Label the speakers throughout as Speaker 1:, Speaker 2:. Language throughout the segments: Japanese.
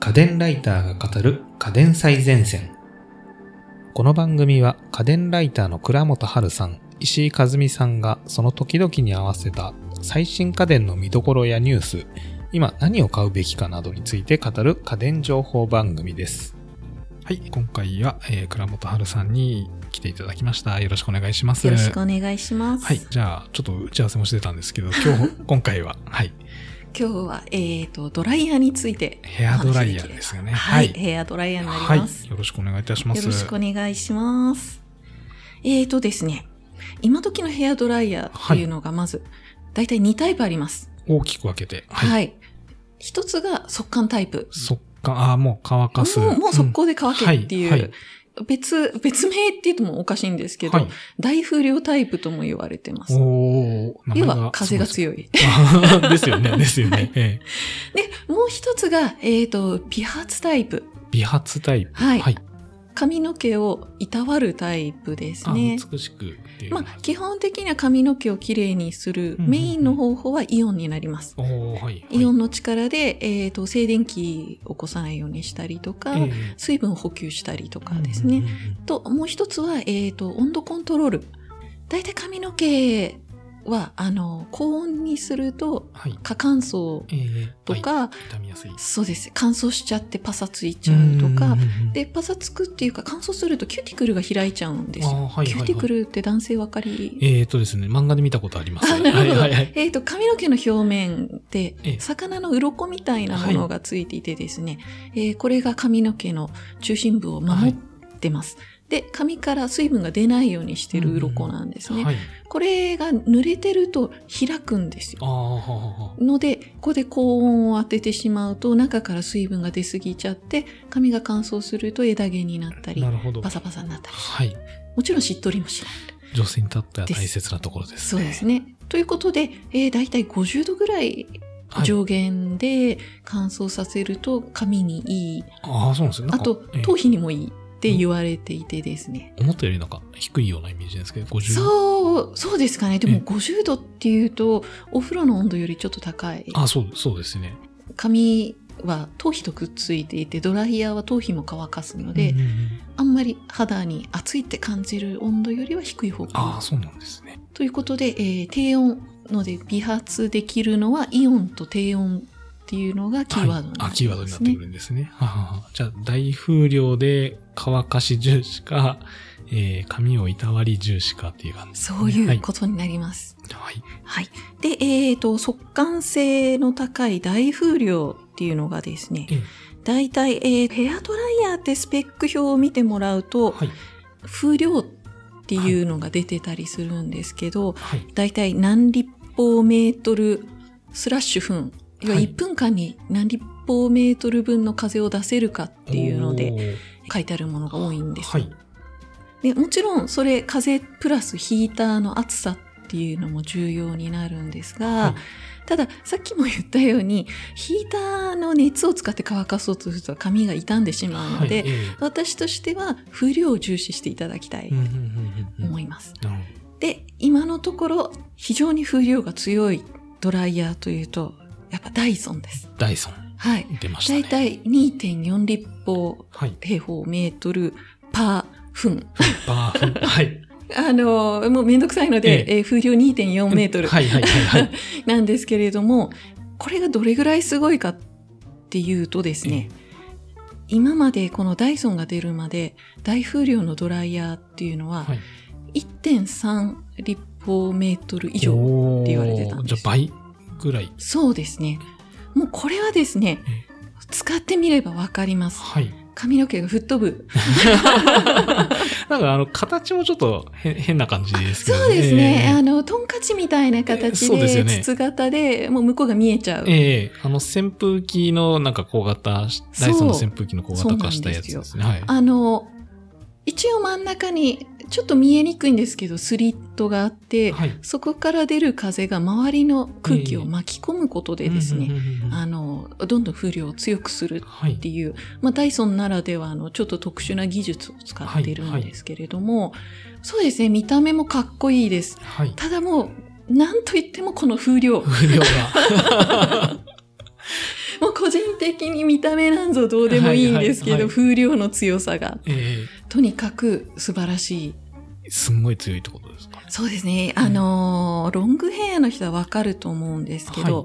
Speaker 1: 家電ライターが語る家電最前線。この番組は家電ライターの倉本春さん、石井和美さんがその時々に合わせた最新家電の見どころやニュース、今何を買うべきかなどについて語る家電情報番組です。はい、今回は、えー倉本春さんに来ていただきました。よろしくお願いします。
Speaker 2: よろしくお願いします。
Speaker 1: はい、じゃあちょっと打ち合わせもしてたんですけど、今 日、今回は、はい、
Speaker 2: 今日は、えー、と、ドライヤーについて。
Speaker 1: ヘアドライヤーですよね。
Speaker 2: はい、ヘアドライヤーになります。
Speaker 1: はい、よろしくお願いいたします。
Speaker 2: よろしくお願いします。えーとですね、今時のヘアドライヤーっていうのがまず、だいたい2タイプあります。
Speaker 1: 大きく分けて。
Speaker 2: はい。
Speaker 1: い。
Speaker 2: 一つが速乾タイプ。
Speaker 1: 速乾、ああ、もう乾かす。
Speaker 2: もう、もう速
Speaker 1: う
Speaker 2: 攻で乾けっていう。
Speaker 1: はいはい
Speaker 2: 別、別名って言ってもおかしいんですけ
Speaker 1: ん
Speaker 2: ど、
Speaker 1: はい。
Speaker 2: 大風量タイプとも言われてます。
Speaker 1: おー、
Speaker 2: 要は風が
Speaker 1: い。
Speaker 2: 強い。
Speaker 1: あーですよ ね、ですよね。ええ
Speaker 2: で、もう一つが、えーと、美髪タイプ。
Speaker 1: 美髪タイプ。
Speaker 2: はい
Speaker 1: はい。
Speaker 2: 髪の毛をいたわるタイプです
Speaker 1: あ
Speaker 2: ね。
Speaker 1: 美しくっていう。
Speaker 2: まあ、基本的には髪の毛をきれいにする
Speaker 1: うんうん
Speaker 2: メインの方法はイオンになります。
Speaker 1: おー、はい。はい
Speaker 2: イオンの力で、えー、と静電気を起こさないようにしたりとか、
Speaker 1: え
Speaker 2: 水分を補給したりと
Speaker 1: え
Speaker 2: かですね。
Speaker 1: うんうんうん
Speaker 2: ともう一つは、えー、と温度コントロール。だいたい髪の毛はあの高温にすると
Speaker 1: はい。
Speaker 2: 過乾燥
Speaker 1: ええ
Speaker 2: と、か、
Speaker 1: はい傷みやすい。
Speaker 2: そうです乾燥しちゃってパサついちゃうとか
Speaker 1: ん、んうん、
Speaker 2: でパサつくっていうか乾燥するとキューティクルが開いちゃうんですよ。
Speaker 1: あーはいはいはい
Speaker 2: キューティクルって男性わかり
Speaker 1: えっとですね、漫画で見たことあります。
Speaker 2: あなるほど
Speaker 1: はいはいはい。
Speaker 2: えっ、と、髪の毛の表面で
Speaker 1: ええ、
Speaker 2: 魚の鱗みたいなものがついていてですね、えーこれが髪の毛の中心部を守ってます。で、髪から水分が出ないようにしてる鱗なんですね。
Speaker 1: はい。
Speaker 2: これが濡れてると開くんです
Speaker 1: あ
Speaker 2: よ。
Speaker 1: あ、はあはあ。
Speaker 2: ので、ここで高温を当ててしまうと、中から水分が出すぎちゃって、髪が乾燥すると枝毛になったり
Speaker 1: な、るほど
Speaker 2: パ。サパサになったり。
Speaker 1: はい。
Speaker 2: もちろんしっとりもしない。
Speaker 1: 女性にとっては大切なところです
Speaker 2: そう
Speaker 1: ね。
Speaker 2: ですね。ということで、えー、大体50度ぐらい
Speaker 1: はい
Speaker 2: 上限で乾燥させると髪にいい、
Speaker 1: ああ、そうなんですよ。なん
Speaker 2: あ
Speaker 1: か
Speaker 2: と、
Speaker 1: ええ
Speaker 2: 頭皮にもいいって言われていてですね。
Speaker 1: 思ったよりなんか低いようなイメージですけど、50。
Speaker 2: そう、そうですかね。で
Speaker 1: え
Speaker 2: も50度っていうと、お風呂の温度よりちょっと高い。
Speaker 1: あ、そう、そうですね。
Speaker 2: 髪は頭皮とくっついていて、ドライヤーは頭皮も乾かすので、
Speaker 1: うんうんうん
Speaker 2: あんまり肌に熱いって感じる温度よりは低い方
Speaker 1: あ
Speaker 2: が
Speaker 1: あ、そうなんですね。
Speaker 2: ということで、えー低温ので美髪できるのはイオンと低温っていうのがキーワードに
Speaker 1: はい
Speaker 2: な
Speaker 1: あ、
Speaker 2: っ
Speaker 1: キ
Speaker 2: て
Speaker 1: ーワードに
Speaker 2: ま
Speaker 1: なっ
Speaker 2: す
Speaker 1: て
Speaker 2: ね
Speaker 1: く。るんですね。はははじゃあ、大風量で乾かし重視か、えー、髪をいたわり重視かっていう感じですね。
Speaker 2: そう
Speaker 1: は
Speaker 2: いう
Speaker 1: い。
Speaker 2: ことになります。
Speaker 1: はい。
Speaker 2: はい。で、えっ、と、速乾性の高い大風量っていうのがですね
Speaker 1: ええ、
Speaker 2: だいたい、えーヘアドライヤーってスペック表を見てもらうと、
Speaker 1: はい。
Speaker 2: 風量っていうのが出てたりするんですけど、
Speaker 1: はい。
Speaker 2: だいたい何立方メートルスラッシュ分、要は
Speaker 1: はい
Speaker 2: 1分間に何立方メートル分の風を出せるかっていうので書いてあるものが多いん
Speaker 1: おー、
Speaker 2: です。
Speaker 1: はい。
Speaker 2: でもちろんそれ風プラスヒーターの暑さっていうのも重要になるんですが、
Speaker 1: はい
Speaker 2: たださっきも言ったようにヒーターの熱を使って乾かそうとすると髪が傷んでしまうので、
Speaker 1: はいええ
Speaker 2: 私としては風量を重視していただきたい
Speaker 1: うんうんうんうんうん
Speaker 2: 思います。
Speaker 1: なる
Speaker 2: で今のところ非常に風量が強いドライヤーというとやっぱダイソンです
Speaker 1: ほ。ど。ダイソン、
Speaker 2: はい。
Speaker 1: 出ました
Speaker 2: だ
Speaker 1: ね。
Speaker 2: いたい2.4立方
Speaker 1: はい。
Speaker 2: 平方メートルパー分。
Speaker 1: バーフ。はい。
Speaker 2: あの、もうめんどくさいので、
Speaker 1: え
Speaker 2: えー風量2.4メートル
Speaker 1: はいはいはいはい。
Speaker 2: なんですけれども、これがどれぐらいすごいかっていうとですね、今までこのダイソンが出るまで、大風量のドライヤーっていうのは、
Speaker 1: はい。
Speaker 2: 1.3立方メート ル以上。
Speaker 1: 上
Speaker 2: って言われてたんです
Speaker 1: じゃあ倍ぐらい。
Speaker 2: そうですね。もうこれはですね
Speaker 1: え、
Speaker 2: 使ってみればわかります。
Speaker 1: はい。
Speaker 2: 髪の毛が吹っ飛ぶ。
Speaker 1: なんかあの、形もちょっとへ変な感じですけどね。
Speaker 2: そうですね。あの、トンカチみたいな形
Speaker 1: そうですよ
Speaker 2: で、
Speaker 1: ね
Speaker 2: 筒型で、もう向こうが見えちゃう
Speaker 1: え。え。ええあの、扇風機のなんか小型、ダイソンの扇風機の小型化したやつですね。はい。
Speaker 2: あの、一応真ん中に、ちょっと見えにくいんですけど、スリットがあって、
Speaker 1: はい。
Speaker 2: そこから出る風が周りの空気を巻き込むことでです
Speaker 1: うん
Speaker 2: ね、
Speaker 1: うんうんうん
Speaker 2: あの、どんどん風量を強くする
Speaker 1: はい。
Speaker 2: っていう、まあ、ダイソンならではのちょっと特殊な技術を使ってるんですけれども、そうですね、見た目もかっこいいです。
Speaker 1: はい。
Speaker 2: ただもう、なんといってもこの風量。
Speaker 1: 不良が。
Speaker 2: もう個人的に見た目なんぞどうでもいいんですけど、
Speaker 1: はいはいはい
Speaker 2: 風量の強さが
Speaker 1: え
Speaker 2: とにかく素晴らしい
Speaker 1: えすんごい強いってことですか
Speaker 2: そうですね。あのーロングヘアの人はわかると思うんですけ
Speaker 1: は
Speaker 2: ど、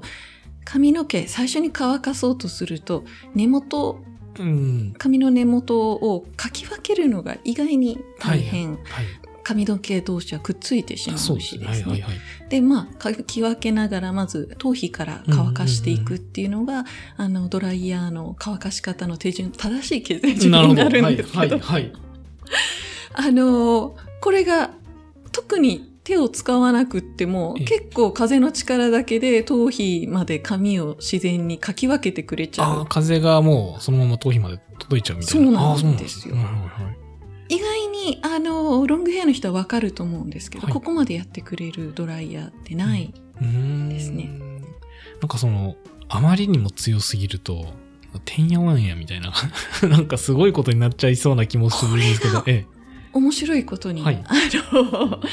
Speaker 2: 髪の毛、最初に乾かそうとすると、根元、
Speaker 1: うん。
Speaker 2: 髪の根元をかき分けるのが意外に大変。
Speaker 1: はい。
Speaker 2: 髪の毛同士はくっついてしまうし
Speaker 1: そう
Speaker 2: で
Speaker 1: ですすね。
Speaker 2: ね。で
Speaker 1: はいはいはい。
Speaker 2: まあ、かき分けながら、まず頭皮から乾かしていくっていうのが、あの、ドライヤーの乾かし方の手順、正しい手順になるんですけど、
Speaker 1: はいはいはい。
Speaker 2: あのーこれが特に手を使わなくっても
Speaker 1: ええ
Speaker 2: 結構風の力だけで頭皮まで髪を自然にかき分けてくれち
Speaker 1: あ
Speaker 2: ゃ
Speaker 1: あ、
Speaker 2: う。
Speaker 1: 風がもうそのまま頭皮まで届いちゃうみたいな。
Speaker 2: そうなん
Speaker 1: あーそ
Speaker 2: ですよ
Speaker 1: はいはいはい。
Speaker 2: 意外にあのーロングヘアの人はわかると思うんですけど、
Speaker 1: はい
Speaker 2: ここまでやってくれるドライヤーってない。
Speaker 1: うーん
Speaker 2: ですね。
Speaker 1: なんかその、あまりにも強すぎると、てんやわんやみたいな、 なんかすごいことになっちゃいそうな気もするんですけど
Speaker 2: こ、
Speaker 1: え
Speaker 2: 面白いことに、
Speaker 1: はい
Speaker 2: あの ー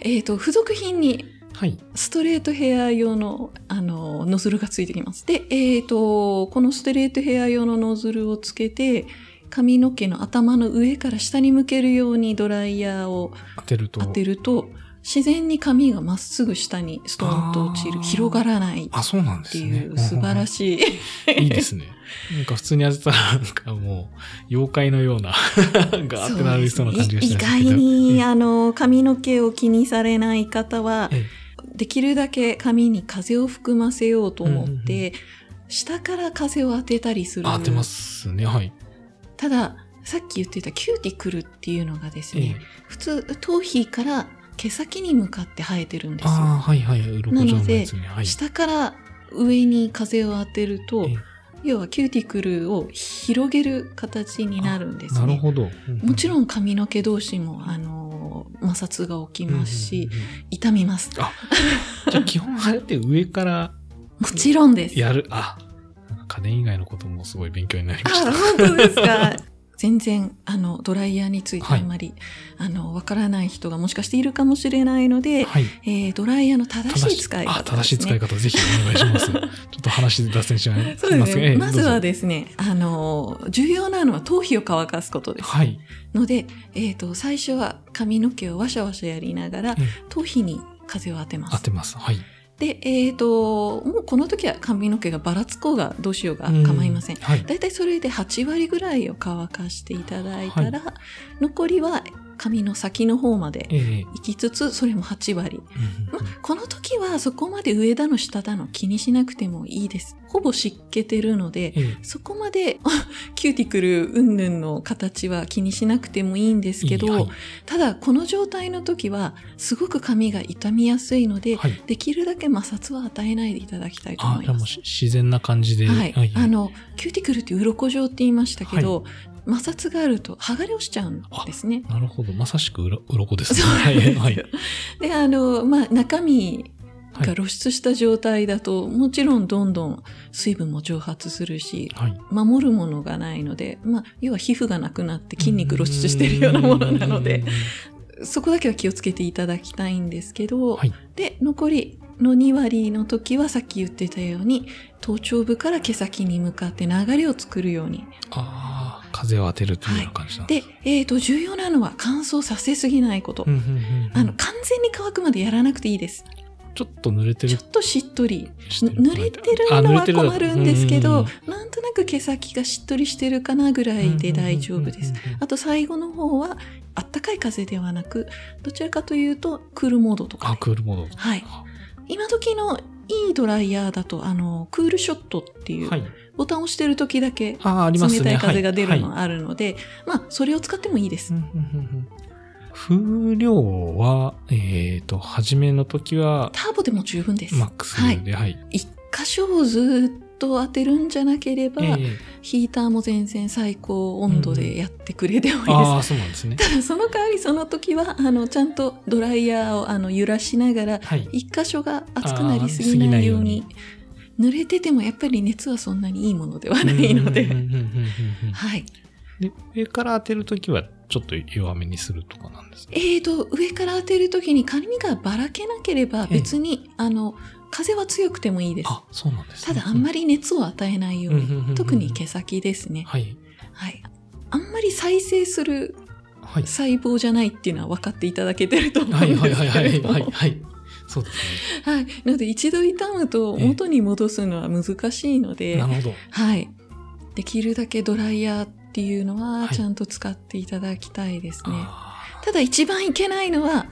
Speaker 2: えっと付属品に
Speaker 1: え。はい。
Speaker 2: ストレートヘア用の、あの、ノズルがついてきます。で、えっ、と、このストレートヘア用のノズルをつけて、髪の毛の頭の上から下に向けるようにドライヤーを
Speaker 1: 当てると。
Speaker 2: 当てると、自然に髪がまっすぐ下にストーンと落ち
Speaker 1: あ
Speaker 2: る。
Speaker 1: ー
Speaker 2: 広がらないっ
Speaker 1: あ、そうなんで
Speaker 2: て
Speaker 1: すね
Speaker 2: い。う素晴らしい。
Speaker 1: い。いいですね。なんか普通に当てたら、なんかもう、妖怪のような、 ガーってなりそうな感じがし
Speaker 2: 意
Speaker 1: ますけど。
Speaker 2: 外に、あの、髪の毛を気にされない方は
Speaker 1: ええ、
Speaker 2: できるだけ髪に風を含ませようと思って、下から風を当てたりする。
Speaker 1: あ当てま。すね。はい。
Speaker 2: ただ、さっき言ってたキューティクルっていうのがです
Speaker 1: ええ
Speaker 2: ね、普通、頭皮から毛先に向かって生えてるんです
Speaker 1: ああ、は
Speaker 2: よ。
Speaker 1: いはい。鱗状のやつね。はい。
Speaker 2: 下から上に風を当てると
Speaker 1: ええ、
Speaker 2: 要はキューティクルを広げる形になるんです
Speaker 1: なる
Speaker 2: ね。
Speaker 1: ほど。
Speaker 2: もち
Speaker 1: ん
Speaker 2: ろん髪の毛同士も、あのー摩擦が起
Speaker 1: う
Speaker 2: き
Speaker 1: んうんうんうん、
Speaker 2: ますし、痛みます。
Speaker 1: あじゃあ基本あれって上から
Speaker 2: もちろんです。
Speaker 1: やる。あ、なんか家電以外のこともすごい勉強になり
Speaker 2: あ
Speaker 1: ました。
Speaker 2: 本当ですか。 全然、あの、ドライヤーについてあんまり、あの、わからない人がもしかしているかもしれないので、
Speaker 1: はい。
Speaker 2: えードライヤーの正しい使い方、
Speaker 1: あ、正しい使い方、ぜひお願いし ます。ちょっと話脱線しまいます
Speaker 2: そうです
Speaker 1: ええ
Speaker 2: ね。まずは
Speaker 1: どうぞ
Speaker 2: ですね、あの、重要なのは頭皮を乾かすことです。
Speaker 1: はい。
Speaker 2: ので、えっ、と、最初は髪の毛をワシャワシャやりながら
Speaker 1: ええ、
Speaker 2: 頭皮に風を当てま
Speaker 1: 当
Speaker 2: す。
Speaker 1: てます。はい。
Speaker 2: で、えっ、と、もうこの時は髪の毛がばらつこうがどうしようが
Speaker 1: うん
Speaker 2: 構いません。
Speaker 1: はい。
Speaker 2: だいたいそれで8割ぐらいを乾かしていただいたら、残りは髪の先の方まで
Speaker 1: ええ
Speaker 2: 行きつつ、それも8割。
Speaker 1: うん
Speaker 2: ま あ、この時はそこまで上だの下だの気にしなくてもいいです。ほぼ湿気てるので、
Speaker 1: ええ
Speaker 2: そこまで キューティクル云々の形は気にしなくてもいいんですけど、
Speaker 1: いいはい
Speaker 2: ただこの状態の時はすごく髪が傷みやすいので、
Speaker 1: はい。
Speaker 2: できるだけ摩擦は与えないでいただきたいと
Speaker 1: あ
Speaker 2: 思、い
Speaker 1: じゃあ
Speaker 2: ま
Speaker 1: もう
Speaker 2: す。
Speaker 1: し自然な感じで。
Speaker 2: はい、あ
Speaker 1: の、
Speaker 2: のキューティクルって鱗状って言いましたけど、摩擦があると剥がれ落ちちゃうんですね。
Speaker 1: なるほど。まさしくうろ、鱗ですね。
Speaker 2: そうな
Speaker 1: は
Speaker 2: んです
Speaker 1: い。
Speaker 2: よ
Speaker 1: はい。
Speaker 2: であの、まあ、中身
Speaker 1: は
Speaker 2: が
Speaker 1: い。
Speaker 2: 露出した状態だと、もちろんどんどん水分も蒸発するし
Speaker 1: はい。
Speaker 2: 守るものがないので、まあ、要は皮膚がなくなって筋肉露出してるようなものなので
Speaker 1: うん。
Speaker 2: そこだけは気をつけていただきたいんですけど、
Speaker 1: はい
Speaker 2: で残りの2割の時はさっき言ってたように頭頂部から毛先に向かって流れを作るように
Speaker 1: ああ、風を当てるというような感じなん
Speaker 2: で、えー、と重要なのは乾燥させすぎないこと、
Speaker 1: うんうんうんうん
Speaker 2: あの完全に乾くまでやらなくていいです
Speaker 1: ちょっと濡れて
Speaker 2: ち
Speaker 1: る
Speaker 2: ょっとしっとり
Speaker 1: してる
Speaker 2: 濡れてるの
Speaker 1: あ
Speaker 2: は
Speaker 1: 濡れて
Speaker 2: 困るんです
Speaker 1: う
Speaker 2: け
Speaker 1: んう
Speaker 2: ど
Speaker 1: ん
Speaker 2: なんとなく毛先がしっとりしてるかなぐらいで大丈夫です。あと最後の方はあったかい風ではなくどちらかというとクールモードとか
Speaker 1: あ、
Speaker 2: ね
Speaker 1: クールモード。
Speaker 2: はい今時のいいドライヤーだとあのクールショットっていう、
Speaker 1: はい。
Speaker 2: ボタンを押してる時だけ
Speaker 1: ああ、あります
Speaker 2: 冷
Speaker 1: ね。
Speaker 2: たい風が出る
Speaker 1: はい
Speaker 2: のあるので、まあそれを使ってもいいです、
Speaker 1: うんうんうんうん風量は、えっ、と、初めの時は、
Speaker 2: ターボでも十分です、
Speaker 1: マックスで、はい。
Speaker 2: 一箇所をずっと当てるんじゃなければ、
Speaker 1: え
Speaker 2: ヒーターも全然最高温度でやってくれて
Speaker 1: ー
Speaker 2: もいいです、
Speaker 1: ああ、そうなんですね。
Speaker 2: ただその代わりその時はあのちゃんとドライヤーをあの揺らしながら
Speaker 1: はい。
Speaker 2: 一箇所が熱くなりすぎないように
Speaker 1: あー
Speaker 2: 濡れててもやっぱり熱はそんなにいいものではないの
Speaker 1: うんうん
Speaker 2: で、
Speaker 1: うんうんうんうん
Speaker 2: はい。
Speaker 1: で、上から当てる時は、ちょっと弱めにするとかなんですね。
Speaker 2: えーと、上から当てるときに髪がばらけなければ別に、あの、風は強くてもいいです。
Speaker 1: あ、そうなんです、
Speaker 2: た
Speaker 1: ね。
Speaker 2: だあんま
Speaker 1: り、
Speaker 2: り熱を与えないよう
Speaker 1: うんうんうんうん
Speaker 2: に、特に毛先ですね。
Speaker 1: はい。
Speaker 2: はい。あんまり再生する
Speaker 1: はい。
Speaker 2: 細胞じゃないっていうのは分かっていただけてると思
Speaker 1: は
Speaker 2: う
Speaker 1: い
Speaker 2: ん
Speaker 1: はい
Speaker 2: です
Speaker 1: はい
Speaker 2: け
Speaker 1: はい
Speaker 2: れども。
Speaker 1: はいはい。そうです
Speaker 2: はい。なので一度痛むと元に戻すのは難しいの
Speaker 1: ね。
Speaker 2: で
Speaker 1: な、るほど。
Speaker 2: はい。できるだけドライヤーっていうの
Speaker 1: はい
Speaker 2: はちゃんと使っていただきたいですね。
Speaker 1: あ
Speaker 2: ただ一番いけないのは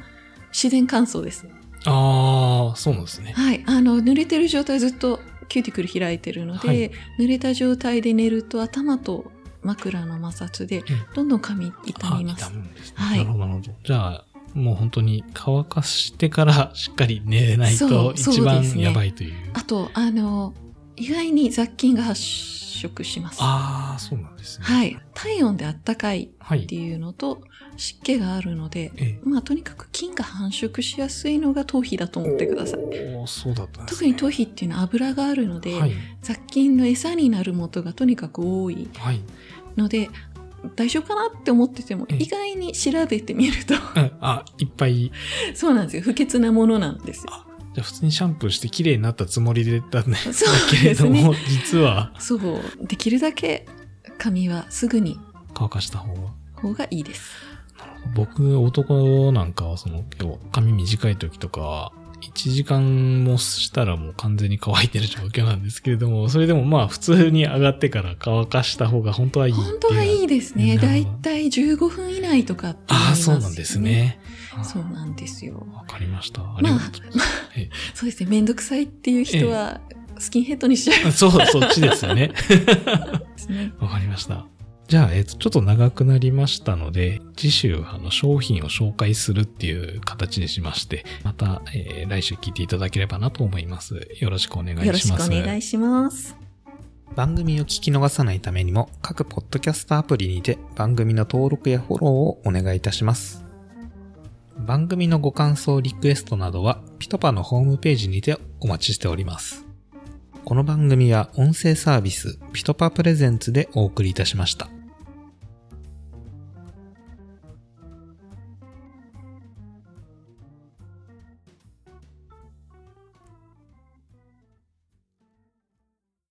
Speaker 2: 自然乾燥です。
Speaker 1: ーあー、そうなんですね。
Speaker 2: はい。あの、濡れてる状態ずっとキューティクル開いてるので、
Speaker 1: はい
Speaker 2: 濡れた状態で寝ると頭と枕の摩擦で
Speaker 1: ん
Speaker 2: どんどん髪痛
Speaker 1: あ
Speaker 2: みます
Speaker 1: 痛。むんですね。
Speaker 2: はい
Speaker 1: なるほどなるほど。じゃあ、もう本当に乾かしてから しっかり寝れない
Speaker 2: そ
Speaker 1: と
Speaker 2: う
Speaker 1: 一
Speaker 2: そう
Speaker 1: 番
Speaker 2: ですね
Speaker 1: やばいという。
Speaker 2: あと、あの、意外に雑菌が発色します。
Speaker 1: ああ、そうなんですね。
Speaker 2: はい。体温であったかい
Speaker 1: は
Speaker 2: っ
Speaker 1: い
Speaker 2: て。いうのと湿気があるので、
Speaker 1: ええ
Speaker 2: まあとにかく菌が繁殖しやすいのが頭皮だと思ってください。
Speaker 1: おーそうだったんです、
Speaker 2: 特
Speaker 1: ね。
Speaker 2: に頭皮っていうのは油があるので、
Speaker 1: はい。
Speaker 2: 雑菌の餌になる元がとにかく多い
Speaker 1: はい。
Speaker 2: ので、大丈夫かなって思ってても、
Speaker 1: ええ
Speaker 2: 意外に調べてみると、
Speaker 1: うんあ、いっぱい。じ
Speaker 2: そうなんですよ。不潔なものなんですよ。
Speaker 1: ゃあ普通にシャンプーして綺麗になったつもりでだったんだけ
Speaker 2: そう
Speaker 1: れ
Speaker 2: で
Speaker 1: ど
Speaker 2: す
Speaker 1: も、
Speaker 2: ね。
Speaker 1: 実は
Speaker 2: そう。できるだけ髪はすぐに
Speaker 1: 乾かした方が。
Speaker 2: 方がいいです。
Speaker 1: 僕、男なんかはその、今日髪短い時とかは、1時間もしたらもう完全に乾いてる状況なんですけれども、それでもまあ普通に上がってから乾かした方が本当はいいっていうの
Speaker 2: 本当はいいですね。
Speaker 1: な
Speaker 2: だ
Speaker 1: る
Speaker 2: い
Speaker 1: ほど
Speaker 2: たい15分以内とかって言い
Speaker 1: あ
Speaker 2: ま
Speaker 1: あ、
Speaker 2: す、
Speaker 1: そうなんです。ね。
Speaker 2: そうなんですよ。
Speaker 1: わかりました。ありがとうございます。え
Speaker 2: そうですね。めんどくさいっていう人は、スキンヘッドにしちゃい
Speaker 1: え そう、そっちですよね。
Speaker 2: ますね。
Speaker 1: わかりました。じゃあ、えっと、ちょっと長くなりましたので、次週、あの、商品を紹介するっていう形にしまして、また、えー来週聞いていただければなと思います。よろしくお願いします。
Speaker 2: よろしくお願いします。
Speaker 1: 番組を聞き逃さないためにも各ポッドキャストアプリにて番組の登録やフォローをお願いいたします。番組のご感想、リクエストなどはピトパのホームページにてお待ちしております。この番組は音声サービスピトパプレゼンツでお送りいたしました。